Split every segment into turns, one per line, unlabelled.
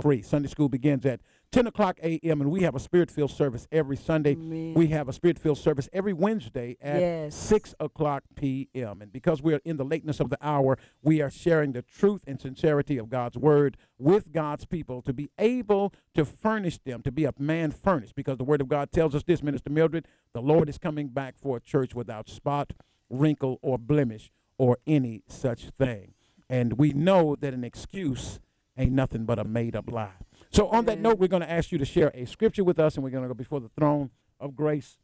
three. Sunday school begins at 10 o'clock a.m. and we have a spirit filled service every Sunday.
Amen.
We have a spirit filled service every Wednesday at
Yes.
6 o'clock p.m. And because we are in the lateness of the hour, we are sharing the truth and sincerity of God's word with God's people to be able to furnish them, to be a man furnished. Because the word of God tells us this, Minister Mildred, the Lord is coming back for a church without spot, wrinkle, or blemish, or any such thing. And we know that an excuse ain't nothing but a made up lie. So, on that note, we're going to ask you to share a scripture with us, and we're going to go before the throne of grace.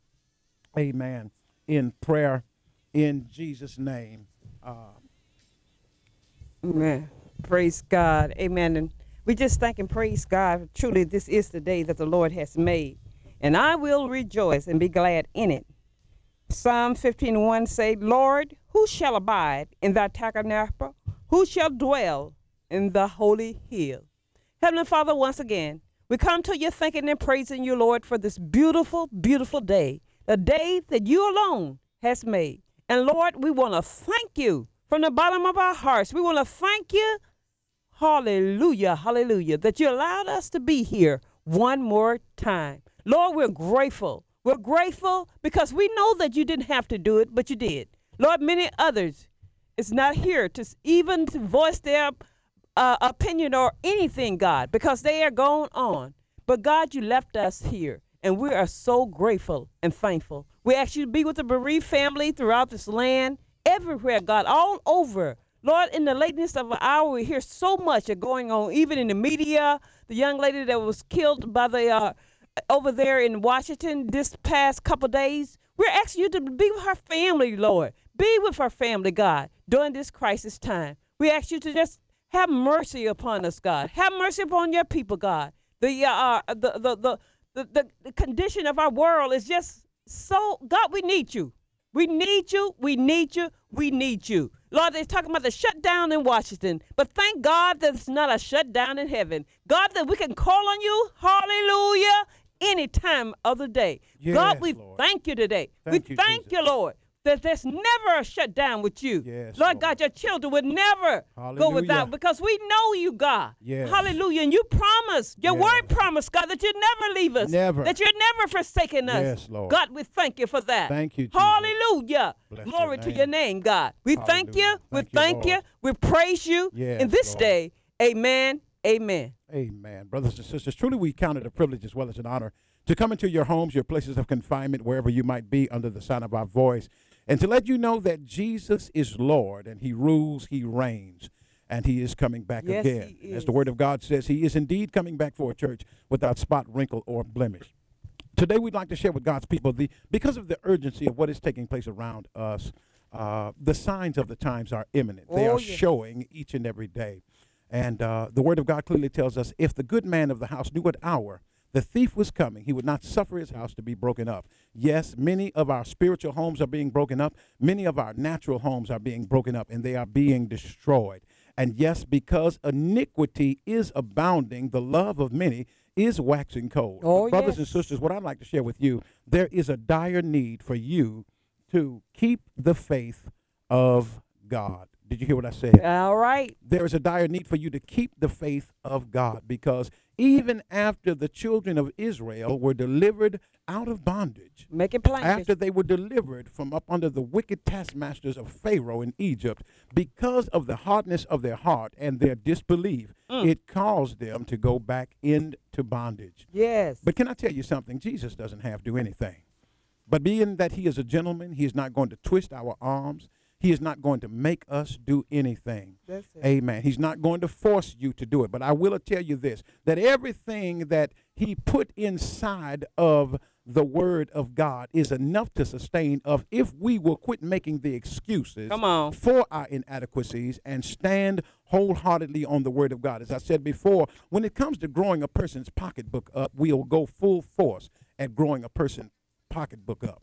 Amen. In prayer, in Jesus' name.
Amen. Praise God. Amen. And we just thank and praise God. Truly, this is the day that the Lord has made. And I will rejoice and be glad in it. Psalm 15:1 say, Lord, who shall abide in thy tabernacle? Who shall dwell in the holy hill? Heavenly Father, once again, we come to you thanking and praising you, Lord, for this beautiful, beautiful day, the day that you alone has made. And Lord, we want to thank you from the bottom of our hearts. We want to thank you Hallelujah, hallelujah, that you allowed us to be here one more time. Lord, we're grateful. We're grateful because we know that you didn't have to do it, but you did. Lord, many others is not here to s- even to voice their uh, opinion or anything, God, because they are going on. But God, you left us here, and we are so grateful and thankful. We ask you to be with the bereaved family throughout this land, everywhere, God, all over. Lord, in the lateness of an hour, we hear so much of going on, even in the media. The young lady that was killed by the uh, over there in Washington this past couple days. We're asking you to be with her family, Lord. Be with her family, God, during this crisis time. We ask you to just have mercy upon us, God. Have mercy upon your people, God. The uh, uh, the, the, the the the the condition of our world is just so. God, we need you. We need you. We need you. We need you. Lord, they're talking about the shutdown in Washington, but thank God that it's not a shutdown in heaven. God, that we can call on you, hallelujah, any time of the day. God,
Yes,
we
Lord.
thank you today.
Thank
we
you,
thank
Jesus.
you, Lord, that there's never a shutdown with you.
Yes,
Lord,
Lord.
God, your children would never go
Hallelujah.
without because we know you, God.
Yes.
Hallelujah. And you promised, your
Yes.
word promised, God, that you never leave us.
Never.
That you're never forsaken us.
Yes, Lord.
God, we thank you for that.
Thank you, Jesus.
Hallelujah.
Bless your
Glory to
name.
your name, God. We thank you.
Hallelujah.
we
Thank you,
thank you.
Lord.
We praise you in
Yes,
this
Lord.
day. Amen. Amen.
Amen. Brothers and sisters, truly we count it a privilege as well as an honor to come into your homes, your places of confinement, wherever you might be under the sound of our voice, and to let you know that Jesus is Lord and he rules, he reigns, and he is coming back
Yes,
again.
he
As the
is.
word of God says, he is indeed coming back for a church without spot, wrinkle, or blemish. Today, we'd like to share with God's people the because of the urgency of what is taking place around us. Uh, the signs of the times are imminent. They
Oh,
are
yeah.
showing each and every day, and uh, the Word of God clearly tells us: if the good man of the house knew what hour the thief was coming, he would not suffer his house to be broken up. Yes, many of our spiritual homes are being broken up. Many of our natural homes are being broken up, and they are being destroyed. And yes, because iniquity is abounding, the love of many is waxing cold. But
Oh,
Brothers and
yes.
sisters, what I'd like to share with you there is a dire need for you to keep the faith of God. Did you hear what I said?
All right.
there is a dire need for you to keep the faith of God because even after the children of Israel were delivered out of bondage,
Make it plain.
after they were delivered from up under the wicked taskmasters of Pharaoh in Egypt, because of the hardness of their heart and their disbelief, it caused them to go back into bondage.
yes.
But can I tell you something? Jesus doesn't have to do anything. But being that he is a gentleman, he is not going to twist our arms. He is not going to make us do anything.
That's it.
Amen. He's not going to force you to do it. But I will tell you this that everything that he put inside of the word of God is enough to sustain us if we will quit making the excuses
Come on.
for our inadequacies and stand wholeheartedly on the word of God. As I said before, when it comes to growing a person's pocketbook up, we'll go full force at growing a person's pocketbook up.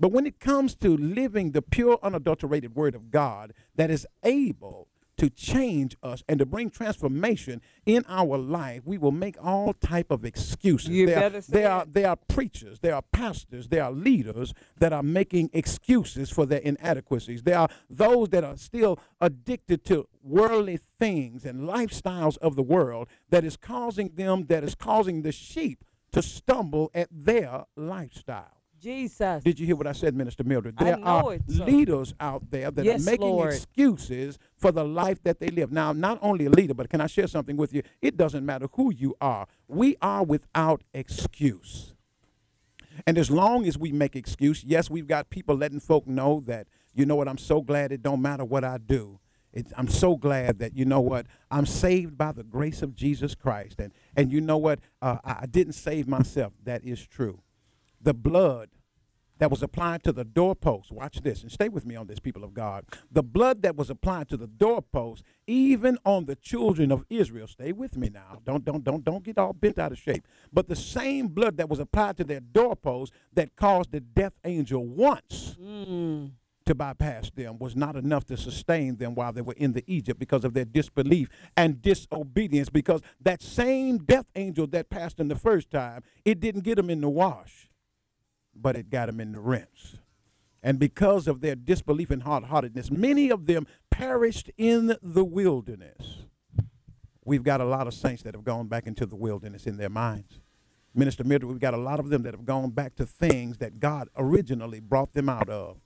But when it comes to living the pure, unadulterated word of God that is able to change us and to bring transformation in our life, we will make all type of excuses.
You
there,
better say
there are
it.
there are preachers, there are pastors, there are leaders that are making excuses for their inadequacies. There are those that are still addicted to worldly things and lifestyles of the world that is causing them that is causing the sheep to stumble at their lifestyle.
Jesus.
Did you hear what I said, Minister Mildred?
I
There
know
are
it, sir.
leaders out there that
Yes,
are making
Lord.
excuses for the life that they live. Now, not only a leader, but can I share something with you? It doesn't matter who you are, we are without excuse. And as long as we make excuse, yes, we've got people letting folk know that, you know what, I'm so glad it don't matter what I do. It's, I'm so glad that, you know what, I'm saved by the grace of Jesus Christ. And, and you know what, uh, I I didn't save myself. That is true. The blood that was applied to the doorpost, watch this, and stay with me on this, people of God. The blood that was applied to the doorpost, even on the children of Israel, stay with me now. Don't, don't, don't, don't get all bent out of shape. But the same blood that was applied to their doorpost that caused the death angel once
Mm.
to bypass them was not enough to sustain them while they were in the Egypt because of their disbelief and disobedience. Because that same death angel that passed them the first time, it didn't get them in the wash, but it got them in the rinse. And because of their disbelief and hard heartedness, many of them perished in the wilderness. We've got a lot of saints that have gone back into the wilderness in their minds. Minister Mildred, we've got a lot of them that have gone back to things that God originally brought them out of.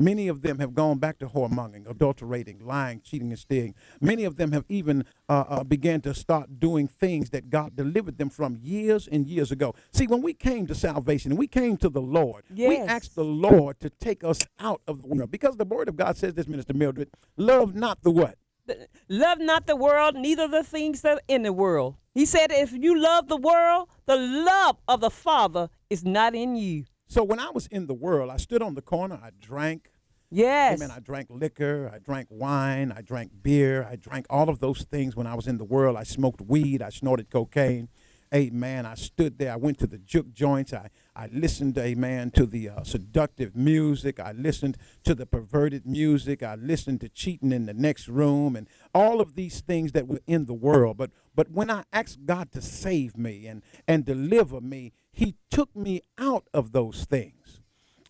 Many of them have gone back to whoremongering, adulterating, lying, cheating, and stealing. Many of them have even uh, uh, began to start doing things that God delivered them from years and years ago. See, when we came to salvation, we came to the Lord. We
Yes.
asked the Lord to take us out of the world because the Word of God says this, Minister Mildred: love not the what.
Th- Love not the world, neither the things that are in the world. He said, if you love the world, the love of the Father is not in you.
So when I was in the world, I stood on the corner, I drank.
Yes.
Amen. I drank liquor, I drank wine, I drank beer, I drank all of those things when I was in the world. I smoked weed, I snorted cocaine. Amen. I stood there. I went to the juke joints. I, I listened, amen, to the uh, seductive music. I listened to the perverted music. I listened to cheating in the next room and all of these things that were in the world. But but when I asked God to save me and, and deliver me, He took me out of those things.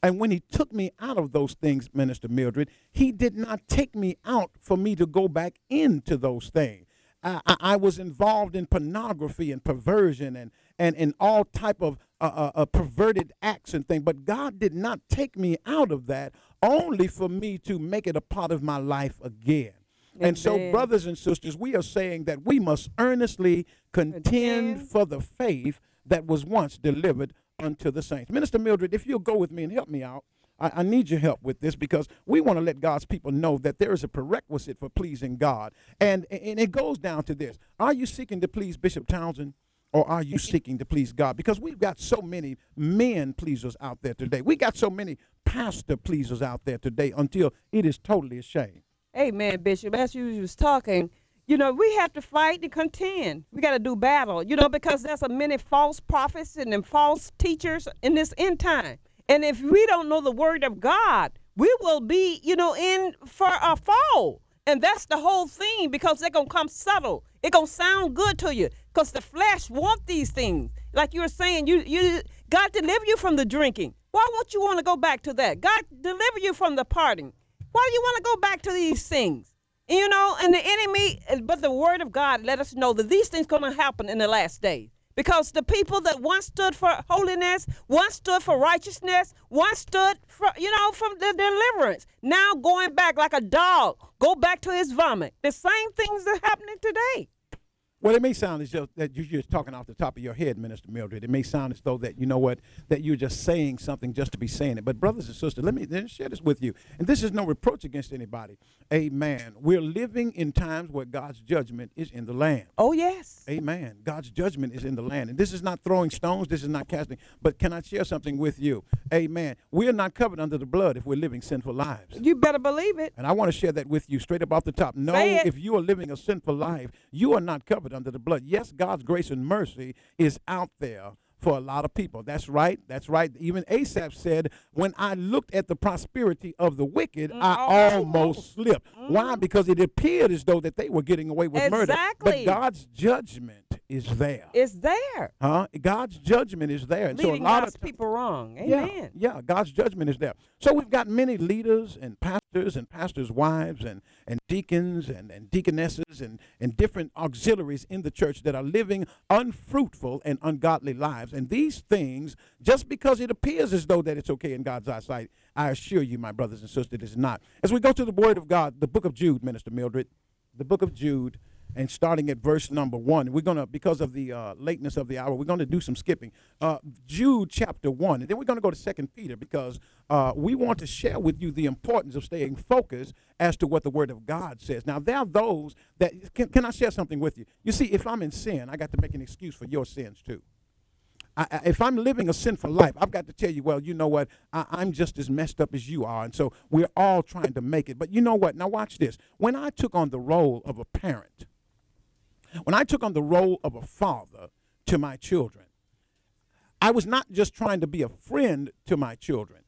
And when he took me out of those things, Minister Mildred, he did not take me out for me to go back into those things. I, I, I was involved in pornography and perversion and and, and all type of uh, uh, uh, perverted acts and things. But God did not take me out of that only for me to make it a part of my life again. And so,
Amen.
brothers and sisters, we are saying that we must earnestly contend
Contend.
for the faith that was once delivered unto the saints. Minister Mildred, if you'll go with me and help me out, I, I need your help with this because we want to let God's people know that there is a prerequisite for pleasing God. And, and it goes down to this Are you seeking to please Bishop Townsend? Or are you seeking to please God? Because we've got so many men pleasers out there today. We got so many pastor pleasers out there today until it is totally a shame.
Amen, Bishop. As you was talking, you know, we have to fight and contend. We got to do battle, you know, because there's a many false prophets and them false teachers in this end time. And if we don't know the word of God, we will be, you know, in for a fall. And that's the whole thing because they're going to come subtle. It going to sound good to you because the flesh want these things. Like you were saying, you, you God deliver you from the drinking. Why won't you want to go back to that? God deliver you from the parting. Why do you want to go back to these things? You know, and the enemy, but the word of God let us know that these things going to happen in the last days. Because the people that once stood for holiness, once stood for righteousness, once stood for, you know, from the deliverance, now going back like a dog, go back to his vomit. The same things that happening today.
Well, it may sound as just that you're just talking off the top of your head, Minister Mildred. It may sound as though that you know what that you're just saying something just to be saying it. But brothers and sisters, let me then share this with you. And this is no reproach against anybody. Amen. We're living in times where God's judgment is in the land.
Oh, yes.
Amen. God's judgment is in the land. And this is not throwing stones, this is not casting. But can I share something with you? Amen. We're not covered under the blood if we're living sinful lives.
You better believe it.
And I want to share that with you straight up off the top. No,
Say it.
if you are living a sinful life, you are not covered under the blood. Yes, God's grace and mercy is out there. for a lot of people. That's right. That's right. Even Asaph said, When I looked at the prosperity of the wicked,
Mm,
I
almost.
almost slipped. Why?
Mm-hmm.
Because it appeared as though that they were getting away with murder. But
Exactly.
God's judgment is there.
It's there.
Huh? God's judgment is there. And so a
Leading
lot
God's
of
people wrong.
yeah,
Amen.
yeah, God's judgment is there. So we've got many leaders and pastors and pastors' wives and, and deacons and, and deaconesses and, and different auxiliaries in the church that are living unfruitful and ungodly lives. And these things, just because it appears as though that it's okay in God's eyesight, I assure you, my brothers and sisters, it is not. As we go to the Word of God, the book of Jude, Minister Mildred, the book of Jude, and starting at verse number one. We're gonna, because of the uh, lateness of the hour, we're gonna do some skipping. Uh, Jude chapter one, and then we're gonna go to Second Peter because uh, we want to share with you the importance of staying focused as to what the Word of God says. Now, there are those that can, can I share something with you? You see, if I'm in sin, I got to make an excuse for your sins too. I, I- if I'm living a sinful life, I've got to tell you, well, you know what? I, I'm just as messed up as you are. And so we're all trying to make it. But you know what? Now, watch this. When I took on the role of a parent, when I took on the role of a father to my children, I was not just trying to be a friend to my children.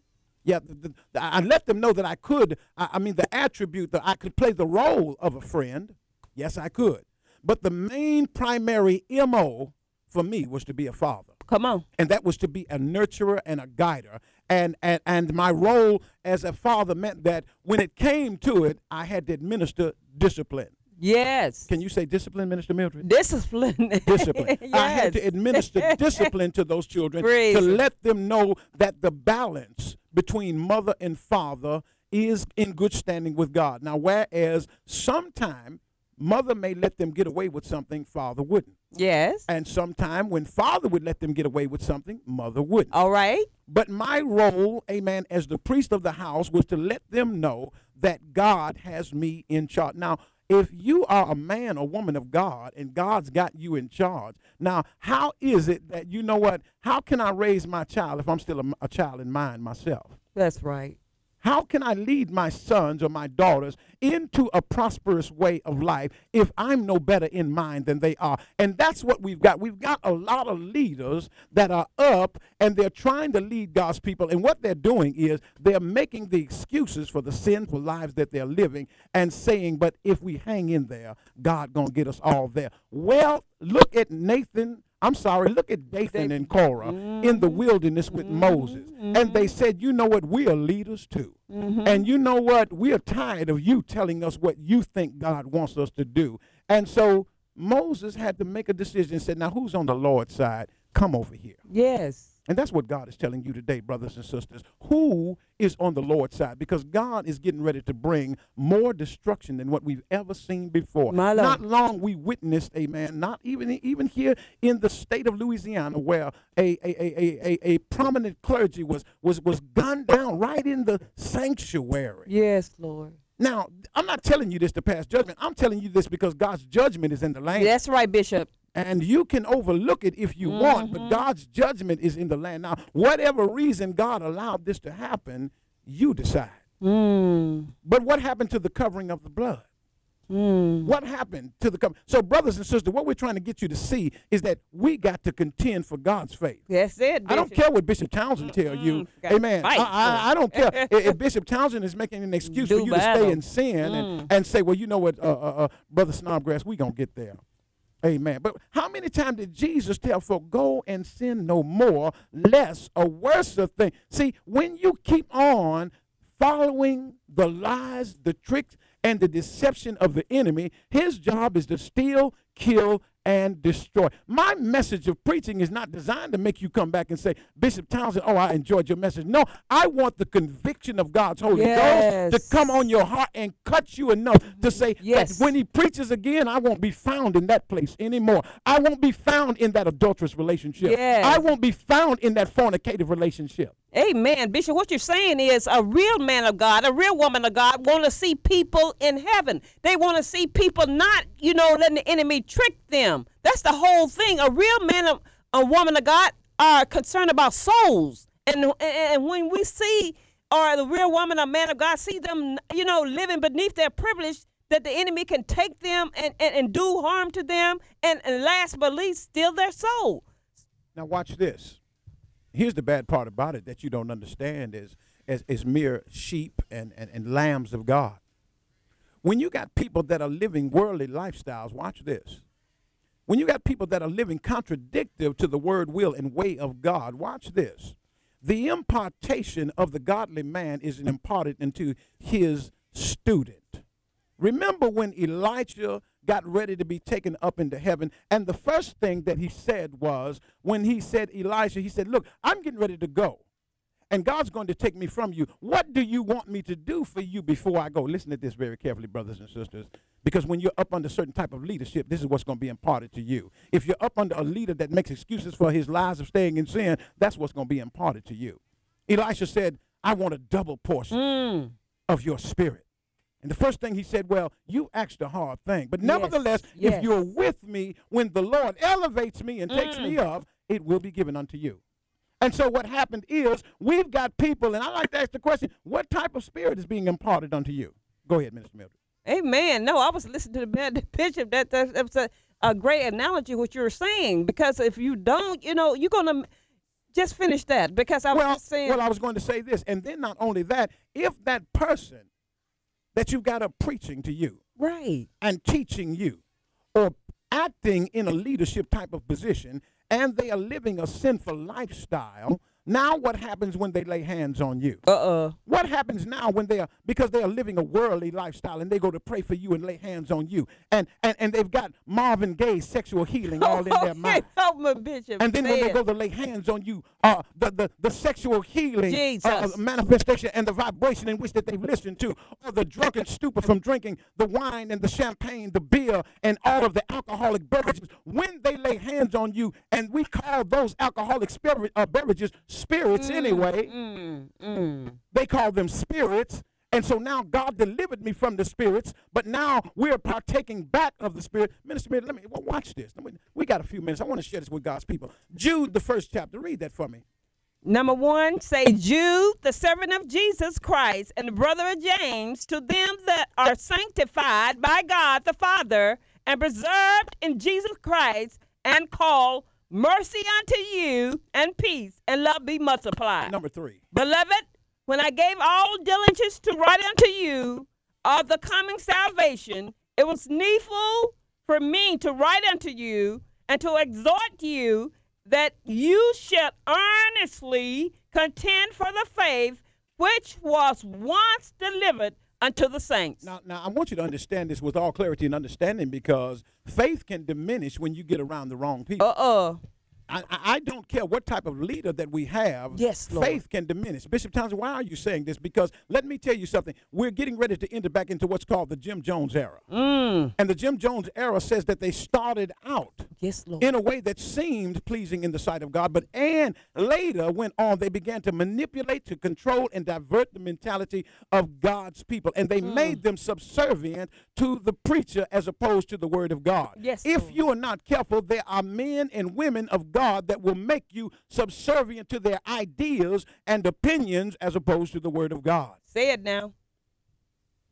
Yeah, th- th- I I let them know that I could, I, I mean, the attribute that I could play the role of a friend. Yes, I could. But the main primary MO for me was to be a father
Come on.
and that was to be a nurturer and a guider. And, and, and my role as a father meant that when it came to it, I had to administer discipline.
Yes.
Can you say discipline, Minister Mildred?
Discipline.
Discipline. I had to
Yes.
administer discipline to those children
Praise
to
him.
let them know that the balance between mother and father is in good standing with God. Now, whereas sometime mother may let them get away with something, father wouldn't.
Yes.
And sometime when father would let them get away with something, mother wouldn't.
All right.
But my role, amen, as the priest of the house was to let them know that God has me in charge. Now, if you are a man or woman of God and God's got you in charge, now, how is it that you know what? How can I raise my child if I'm still a, m- a child in mind myself?
That's right.
How can I lead my sons or my daughters into a prosperous way of life if I'm no better in mind than they are? And that's what we've got. We've got a lot of leaders that are up and they're trying to lead God's people. And what they're doing is they're making the excuses for the sinful lives that they're living and saying, but if we hang in there, God gonna get us all there. Well, look at Nathan. I'm sorry, look at Dathan and Korah in the wilderness with Moses. And they said, You know what? We are leaders too.
Mm-hmm.
And you know what? We are tired of you telling us what you think God wants us to do. And so Moses had to make a decision and said, Now who's on the Lord's side? Come over here.
Yes.
And that's what God is telling you today, brothers and sisters. Who is on the Lord's side? Because God is getting ready to bring more destruction than what we've ever seen before.
My Lord.
Not long we witnessed, amen, not even even here in the state of Louisiana where a a, a, a, a, a prominent clergy was, was was gunned down right in the sanctuary.
Yes, Lord.
Now, I'm not telling you this to pass judgment. I'm telling you this because God's judgment is in the land.
That's right, Bishop.
And you can overlook it if you want,
Mm-hmm.
but God's judgment is in the land. Now, whatever reason God allowed this to happen, you decide.
Mm.
But what happened to the covering of the blood?
Mm.
What happened to the covering? So, brothers and sisters, what we're trying to get you to see is that we got to contend for God's faith.
That's it, Bishop.
I don't care what Bishop Townsend tell you.
Mm-mm, gotta
Amen. I,
fight
I,
for
I don't care if, if Bishop Townsend is making an excuse
Do
for you to
battle. Mm.
stay in sin and, and say, well, you know what, uh, uh, uh, brother Snodgrass, we gonna get there. Amen. But how many times did Jesus tell folk, go and sin no more, less a worse of thing? See, when you keep on following the lies, the tricks, and the deception of the enemy, his job is to steal, kill, and destroy. My message of preaching is not designed to make you come back and say, Bishop Townsend, oh, I enjoyed your message. No, I want the conviction of God's Holy Ghost
Yes.
to come on your heart and cut you enough to say,
Mm-hmm. Yes.
that when he preaches again, I won't be found in that place anymore. I won't be found in that adulterous relationship.
Yes.
I won't be found in that fornicative relationship.
Amen, Bishop. What you're saying is a real man of God, a real woman of God, want to see people in heaven. They want to see people not, you know, letting the enemy trick them. That's the whole thing. A real man of a woman of God are concerned about souls, and and, and when we see or the real woman or man of God see them, you know, living beneath their privilege, that the enemy can take them and, and, and do harm to them, and, and last but least, steal their soul.
Now watch this. Here's the bad part about it that you don't understand is as is mere sheep and, and, and lambs of God. When you got people that are living worldly lifestyles, watch this. When you got people that are living contradictive to the word, will, and way of God, watch this. The impartation of the godly man is imparted into his student. Remember when Elijah got ready to be taken up into heaven, and the first thing that he said was, when he said, Elijah, he said, Look, I'm getting ready to go, and God's going to take me from you. What do you want me to do for you before I go? Listen to this very carefully, brothers and sisters, because when you're up under certain type of leadership, this is what's going to be imparted to you. If you're up under a leader that makes excuses for his lies of staying in sin, that's what's going to be imparted to you. Elisha said, I want a double portion
Mm.
of your spirit. And the first thing he said, well, you asked a hard thing. But
Yes,
nevertheless,
yes.
if you're with me, when the Lord elevates me and takes
Mm.
me up, it will be given unto you. And so what happened is we've got people, and I like to ask the question, what type of spirit is being imparted unto you? Go ahead, Minister Mildred.
Amen. No, I was listening to the man- bishop. That that, that was a, a great analogy what you were saying because if you don't, you know, you're gonna just finish that because I was
well,
just saying.
well, I was going to say this. And then not only that, if that person that you've got up preaching to you
right.
and teaching you or acting in a leadership type of position and they are living a sinful lifestyle, now what happens when they lay hands on you?
Uh uh
What happens now when they are because they are living a worldly lifestyle and they go to pray for you and lay hands on you and and, and they've got Marvin Gaye sexual healing all in
Oh,
their mind.
Help my bishop.
And then when they
man.
go to lay hands on you, uh, the, the, the sexual healing uh, uh,
Jesus.
manifestation and the vibration in which that they've listened to, or the drunken stupor from drinking the wine and the champagne, the beer, and all of the alcoholic beverages, when they lay hands on you, and we call those alcoholic spirit, uh, beverages spirits anyway,
Mm, mm.
they call them spirits. And so now God delivered me from the spirits, but now we're partaking back of the spirit. Minister, Mary, let me well, watch this. Let me, we got a few minutes. I want to share this with God's people. Jude, the first chapter, read that for me.
Number one, say Jude, the servant of Jesus Christ, and the brother of James, to them that are sanctified by God the Father and preserved in Jesus Christ, and called mercy unto you, and peace and love be multiplied.
Number three.
Beloved, when I gave all diligence to write unto you of the coming salvation, it was needful for me to write unto you and to exhort you that you should earnestly contend for the faith which was once delivered unto the saints.
Now, now I want you to understand this with all clarity and understanding because faith can diminish when you get around the wrong people.
Uh uh
I, I I don't care what type of leader that we have.
Yes, Lord.
faith can diminish. Bishop Townsend, why are you saying this? Because let me tell you something. We're getting ready to enter back into what's called the Jim Jones era.
Mm.
And the Jim Jones era says that they started out
Yes, Lord.
in a way that seemed pleasing in the sight of God, but and later went on, they began to manipulate, to control, and divert the mentality of God's people. And
Hmm.
they made them subservient to the preacher as opposed to the word of God.
Yes,
If
Lord.
you are not careful, there are men and women of God that will make you subservient to their ideas and opinions as opposed to the word of God.
Say it now.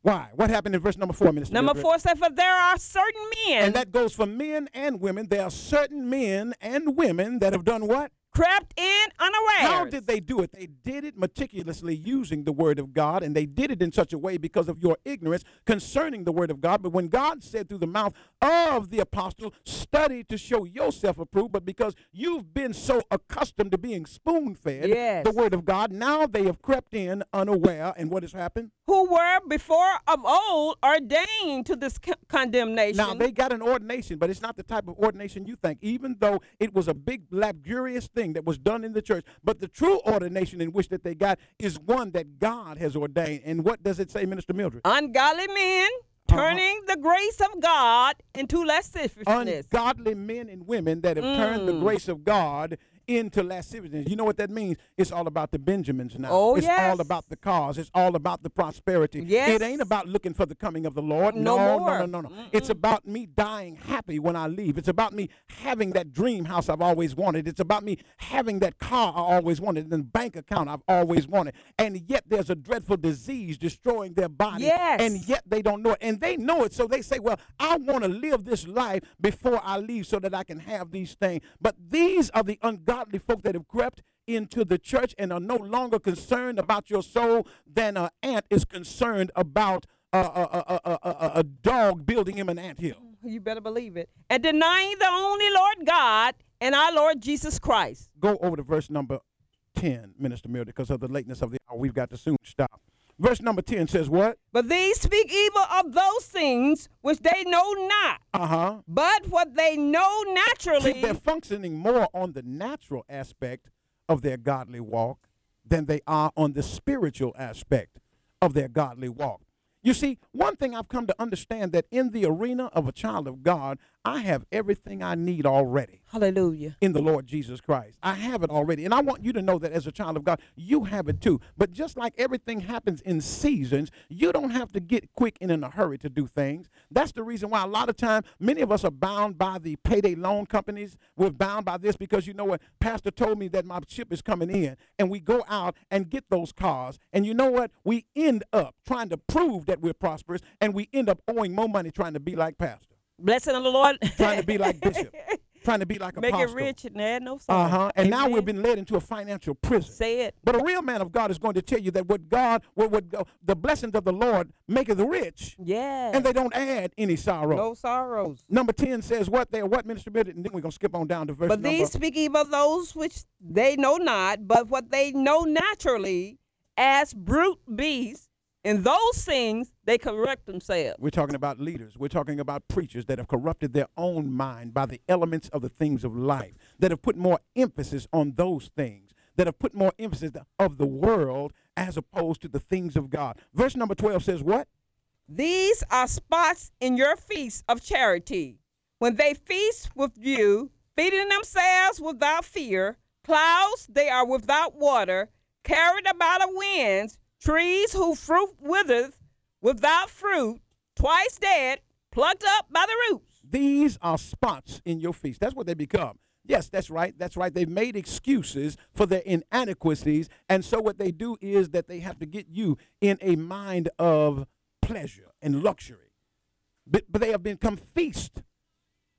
Why? What happened in verse number four, Minister?
Number
Mildred?
four said, For there are certain men
And that goes for men and women. There are certain men and women that have done what?
crept in unawares.
How did they do it? They did it meticulously using the word of God, and they did it in such a way because of your ignorance concerning the word of God. But when God said through the mouth of the apostle, study to show yourself approved, but because you've been so accustomed to being spoon fed
Yes.
the word of God, now they have crept in unaware. And what has happened?
who were before of old ordained to this con- condemnation.
Now they got an ordination, but it's not the type of ordination you think. Even though it was a big luxurious thing that was done in the church, but the true ordination in which that they got is one that God has ordained. And what does it say, Minister Mildred?
Ungodly men
Uh-huh.
turning the grace of God into lasciviousness. Mm.
Ungodly men and women that have turned the grace of God into lasciviousness. You know what that means? It's all about the Benjamins now.
Oh,
it's
yes.
all about the cause. It's all about the prosperity.
Yes.
It ain't about looking for the coming of the Lord.
No
no,
more.
no, no, no. no. It's about me dying happy when I leave. It's about me having that dream house I've always wanted. It's about me having that car I always wanted and bank account I've always wanted. And yet there's a dreadful disease destroying their body.
Yes.
And yet they don't know it. And they know it. So they say, well, I want to live this life before I leave so that I can have these things. But these are the ungodly folk that have crept into the church and are no longer concerned about your soul than an ant is concerned about a, a, a, a, a, a- a dog building him an anthill.
You better believe it. And denying the only Lord God and our Lord Jesus Christ.
go over to verse number 10, Minister Miller, because of the lateness of the hour. We've got to soon stop. Verse number 10 says what?
But these speak evil of those things which they know not.
Uh huh.
But what they know
See,
naturally,
they're functioning more on the natural aspect of their godly walk than they are on the spiritual aspect of their godly walk. You see, one thing I've come to understand that in the arena of a child of God, I have everything I need already.
hallelujah.
in the Lord Jesus Christ. I have it already. And I want you to know that as a child of God, you have it too. But just like everything happens in seasons, you don't have to get quick and in a hurry to do things. That's the reason why a lot of time many of us are bound by the payday loan companies. We're bound by this because you know what? Pastor told me that my ship is coming in. And we go out and get those cars. And you know what? We end up trying to prove that we're prosperous and we end up owing more money trying to be like pastor,
Blessing of the Lord.
trying to be like bishop, trying to be like
Make it
apostle.
rich and add no sorrow.
Uh huh. And now we've
Amen.
been led into a financial prison.
Say it.
but a real man of God is going to tell you that what God, what, what go- the blessings of the Lord maketh rich,
Yeah.
and they don't add any sorrow.
no sorrows.
Number ten says what they are what minister Bennett, and then we're gonna skip on down to verse
But
number.
these speak evil of those which they know not, but what they know naturally, as brute beasts, in those things they correct themselves.
we're talking about leaders. We're talking about preachers that have corrupted their own mind by the elements of the things of life, that have put more emphasis on those things, that have put more emphasis of the world as opposed to the things of God. Verse number 12 says what?
These are spots in your feast of charity. When they feast with you, feeding themselves without fear, clouds they are without water, carried about of winds, trees whose fruit withereth without fruit, twice dead, plucked up by the roots.
These are spots in your feast. That's what they become. Yes, that's right. That's right. They've made excuses for their inadequacies. And so what they do is that they have to get you in a mind of pleasure and luxury. But, but they have become feast.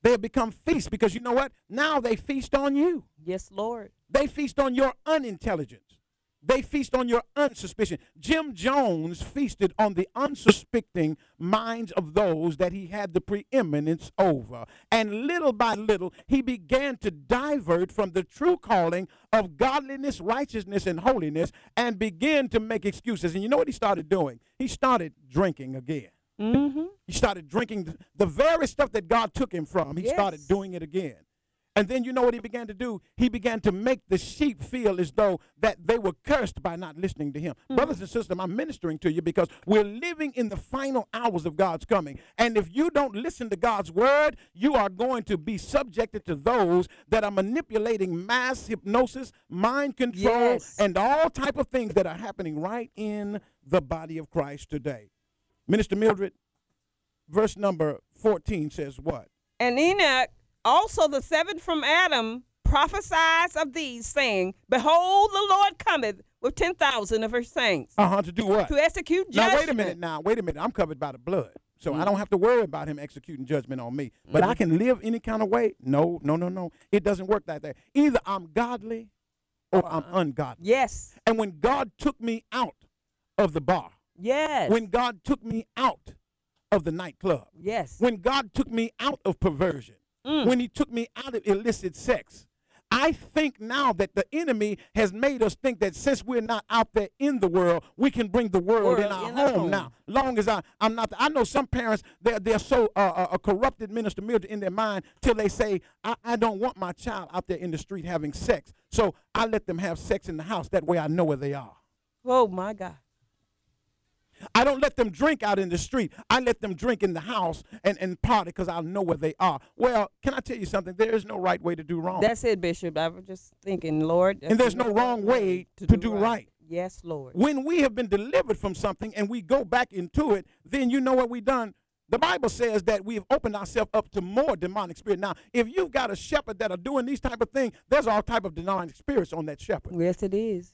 They have become feast because you know what? Now they feast on you.
Yes, Lord.
They feast on your unintelligence. They feast on your unsuspicion. Jim Jones feasted on the unsuspecting minds of those that he had the preeminence over. And little by little, he began to divert from the true calling of godliness, righteousness, and holiness and began to make excuses. And you know what he started doing? He started drinking again.
Mm-hmm.
He started drinking th- the very stuff that God took him from. He started
Yes.
doing it again. And then you know what he began to do? He began to make the sheep feel as though that they were cursed by not listening to him. Brothers and sisters, I'm ministering to you because we're living in the final hours of God's coming. And if you don't listen to God's word, you are going to be subjected to those that are manipulating mass hypnosis, mind control,
Yes.
and all type of things that are happening right in the body of Christ today. Minister Mildred, verse number 14 says what?
And Enoch, also the seventh from Adam, prophesies of these, saying, Behold, the Lord cometh with 10,000 of her saints
Uh huh, to do what?
to execute judgment.
Now, wait a minute now. Wait a minute. I'm covered by the blood. So I don't have to worry about him executing judgment on me. But I can live any kind of way? No, no, no, no. It doesn't work like that. Either I'm godly or I'm ungodly.
Yes,
And when God took me out of the bar,
yes,
when God took me out of the nightclub,
yes. Mm.
when God took me out of perversion, when He took me out of illicit sex. I think now that the enemy has made us think that since we're not out there in the world, we can bring the world, in
World
our
in our
home,
home.
now. Long as I, I'm not, I know some parents, they're, they're so uh, uh, uh, corrupted, Minister Mildred, in their mind till they say, I, I don't want my child out there in the street having sex. So I let them have sex in the house. That way I know where they are.
oh, my God.
I don't let them drink out in the street. I let them drink in the house and, and party because I'll know where they are. Well, can I tell you something? There is no right way to do wrong.
That's it, Bishop. I was just thinking, Lord.
and there's no wrong way to, do right.
Yes, Lord.
When we have been delivered from something and we go back into it, then you know what we've done. The Bible says that we've opened ourselves up to more demonic spirit. Now, if you've got a shepherd that are doing these type of things, there's all type of demonic spirits on that shepherd.
Yes, it is.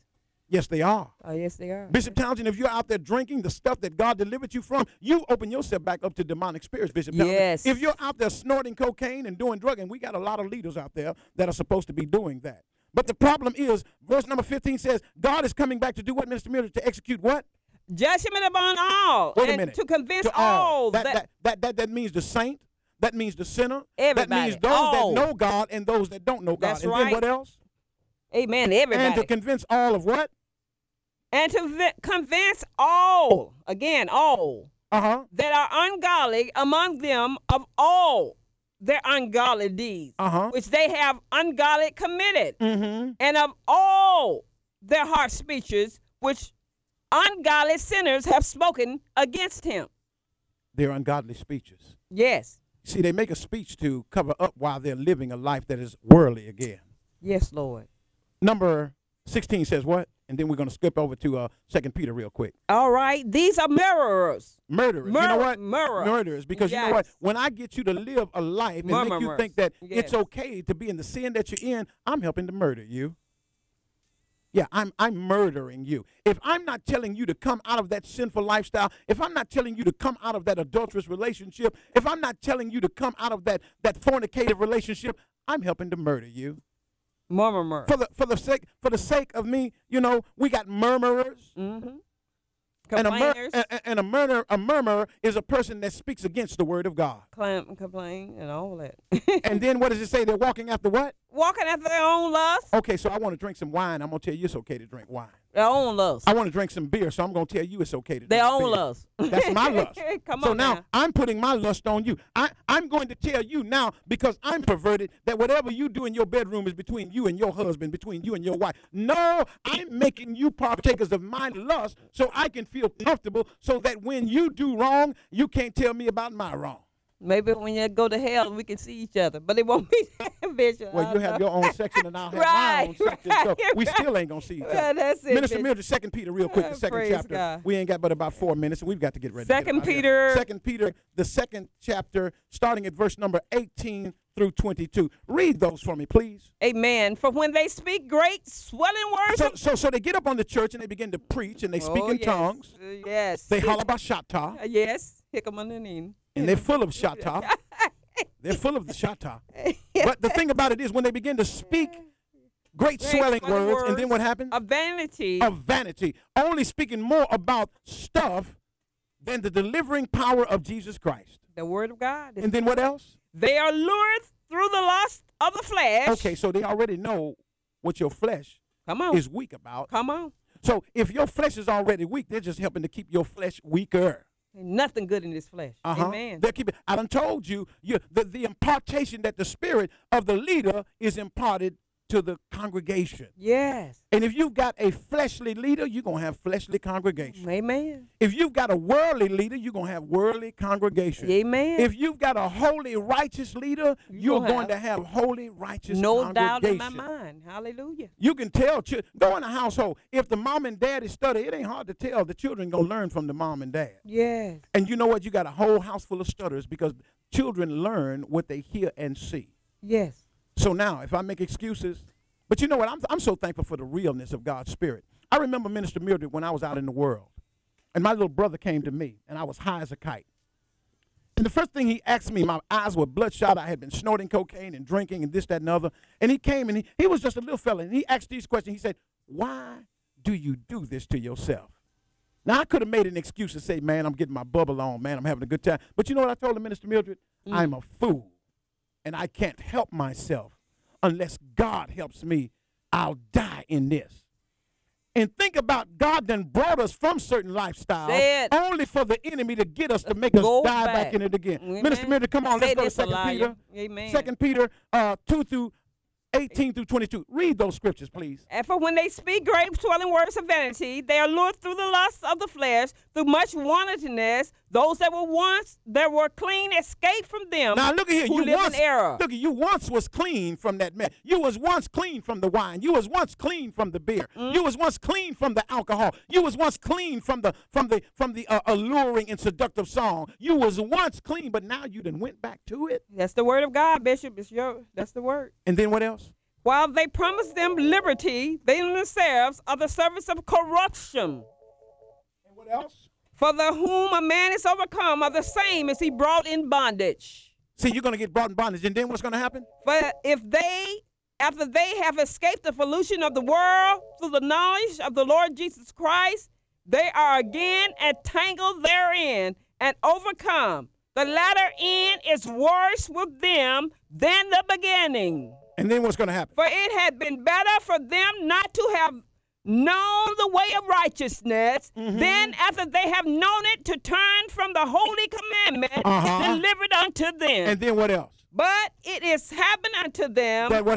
Yes, they are.
Oh, yes, they are.
Bishop Townsend, if you're out there drinking the stuff that God delivered you from, you open yourself back up to demonic spirits, Bishop Townsend.
Yes.
If you're out there snorting cocaine and doing drug, and we got a lot of leaders out there that are supposed to be doing that. But the problem is, verse number 15 says, God is coming back to do what, Mr. Miller? To execute what?
Judgment upon all.
Wait a
and
minute.
To convince
To
all
That, that, that, that, that means the saint. That means the sinner. That
Everybody.
means those
All.
that know God and those that don't know God.
That's
and
right.
then what else?
Amen. Everybody.
And to convince all of what?
and to vi- convince all, again, all,
Uh huh.
that are ungodly among them of all their ungodly deeds,
Uh huh.
which they have ungodly committed,
Mm hmm.
and of all their hard speeches, which ungodly sinners have spoken against him.
They're ungodly speeches.
Yes.
See, they make a speech to cover up why they're living a life that is worldly again.
Yes, Lord.
Number 16 says what? And then we're going to skip over to uh, 2 Peter real quick.
All right. These are murderers.
Murderers. you know
Murder-
what?
murderer.
Murderers. Because you know what?
Yes.
When I get you to live a life and make you
Murmurers.
think that
Yes.
it's okay to be in the sin that you're in, I'm helping to murder you. Yeah, I'm I'm murdering you. If I'm not telling you to come out of that sinful lifestyle, if I'm not telling you to come out of that adulterous relationship, if I'm not telling you to come out of that that fornicative relationship, I'm helping to murder you.
Murmurers.
For the for the sake for the sake of me, you know, we got murmurers.
Mm-hmm.
And a, mur-
Complainers.
and, and a murder a murmur is a person that speaks against the word of God.
climb, complain and all that.
And then what does it say? They're walking after what?
Walking after their own lust,
Okay, so I want to drink some wine. I'm gonna tell you it's okay to drink wine.
their own lust,
I want to drink some beer, so I'm gonna tell you it's okay to
their
drink
own
beer.
lust.
That's my lust.
Come
so
on
now,
now.
I'm putting my lust on you. I, I'm going to tell you now because I'm perverted that whatever you do in your bedroom is between you and your husband, between you and your wife. No, I'm making you partakers of my lust so I can feel comfortable so that when you do wrong, you can't tell me about my wrong.
Maybe when you go to hell, we can see each other, but it won't be that vision.
Well, you have your own section and I'll have my own
Uh, Right,
section. so
right,
we
right.
still ain't going to see each other.
Well, that's it,
Minister
bitch.
Mildred, Second Peter, real quick,
Uh,
the second
praise
chapter.
God.
We ain't got but about four minutes, and we've got to get ready. to get
Second
up out of here.
Peter.
Second Peter, the second chapter, starting at verse number 18 through 22. Read those for me, please.
Amen. For when they speak great swelling words,
So,
of-
so, so they get up on the church and they begin to preach and they speak
Oh,
in
yes.
tongues.
Uh, yes.
They holler about shatta,
Uh, yes. Hickamananine.
and they're full of shatta. They're full of the shatta. But the thing about it is, when they begin to speak great, swelling words, and then what happens?
A vanity.
of vanity, only speaking more about stuff than the delivering power of Jesus Christ.
the word of God.
And then what else?
they are lured through the lust of the flesh.
Okay, so they already know what your flesh
Come on.
is weak about.
Come on.
So if your flesh is already weak, they're just helping to keep your flesh weaker.
Ain't nothing good in this flesh.
Uh-huh.
Amen.
They're keeping. I done told you, you the, the impartation that the spirit of the leader is imparted to the congregation.
yes.
And if you've got a fleshly leader, you're gonna have fleshly congregation.
Amen.
If you've got a worldly leader, you're going to have worldly congregation.
Amen.
If you've got a holy, righteous leader,
You
you're
gonna
going
have-
to have holy, righteous
no doubt in
congregation.
my mind. Hallelujah.
You can tell, chi- go in a household, if the mom and daddy study, it ain't hard to tell the children going to learn from the mom and dad.
Yes.
And you know what? You got a whole house full of stutters because children learn what they hear and see.
Yes.
So now, if I make excuses, but you know what? I'm, I'm so thankful for the realness of God's Spirit. I remember Minister Mildred when I was out in the world, and my little brother came to me, and I was high as a kite. And the first thing he asked me, my eyes were bloodshot. I had been snorting cocaine and drinking and this, that, and the other. And he came and he, he was just a little fella, and he asked these questions. He said, Why do you do this to yourself? Now, I could have made an excuse to say, Man, I'm getting my bubble on, man, I'm having a good time. But you know what I told him, Minister Mildred?
Mm.
I'm a fool and I can't help myself unless God helps me, I'll die in this. And think about God done brought us from certain
Say
lifestyles
it.
only for the enemy to get us to make us
Go
die back.
back.
in it again.
Amen.
Minister Mildred, come on, let's
Say
go to
this,
Second
Elijah.
Peter.
Amen.
Second Peter uh, two through 18 through 22. Read those scriptures, please.
And for when they speak great swelling words of vanity, they are lured through the lusts of the flesh, through much wantonness. Those that were once that were clean escape from them.
Now look at here.
Um, Who
You
live in
once,
error.
look at you once was clean from that man. You was once clean from the wine. You was once clean from the beer.
Mm.
You was once clean from the alcohol. You was once clean from the from the from the uh, alluring and seductive song. You was once clean, but now you done went back to it.
That's the word of God, Bishop. It's your, that's the word.
And then what else?
While they promise them liberty, they themselves are the servants of corruption.
And what else?
For the whom a man is overcome are the same as he brought in bondage.
See, you're gonna get brought in bondage, and then what's gonna happen?
For if they, after they have escaped the pollution of the world through the knowledge of the Lord Jesus Christ, they are again entangled therein and overcome. The latter end is worse with them than the beginning.
And then what's gonna happen?
For it had been better for them not to have known the way of righteousness, than after they have known it to turn from the holy commandment
Uh-huh.
delivered unto them.
And then what else?
But it is happened unto them
But what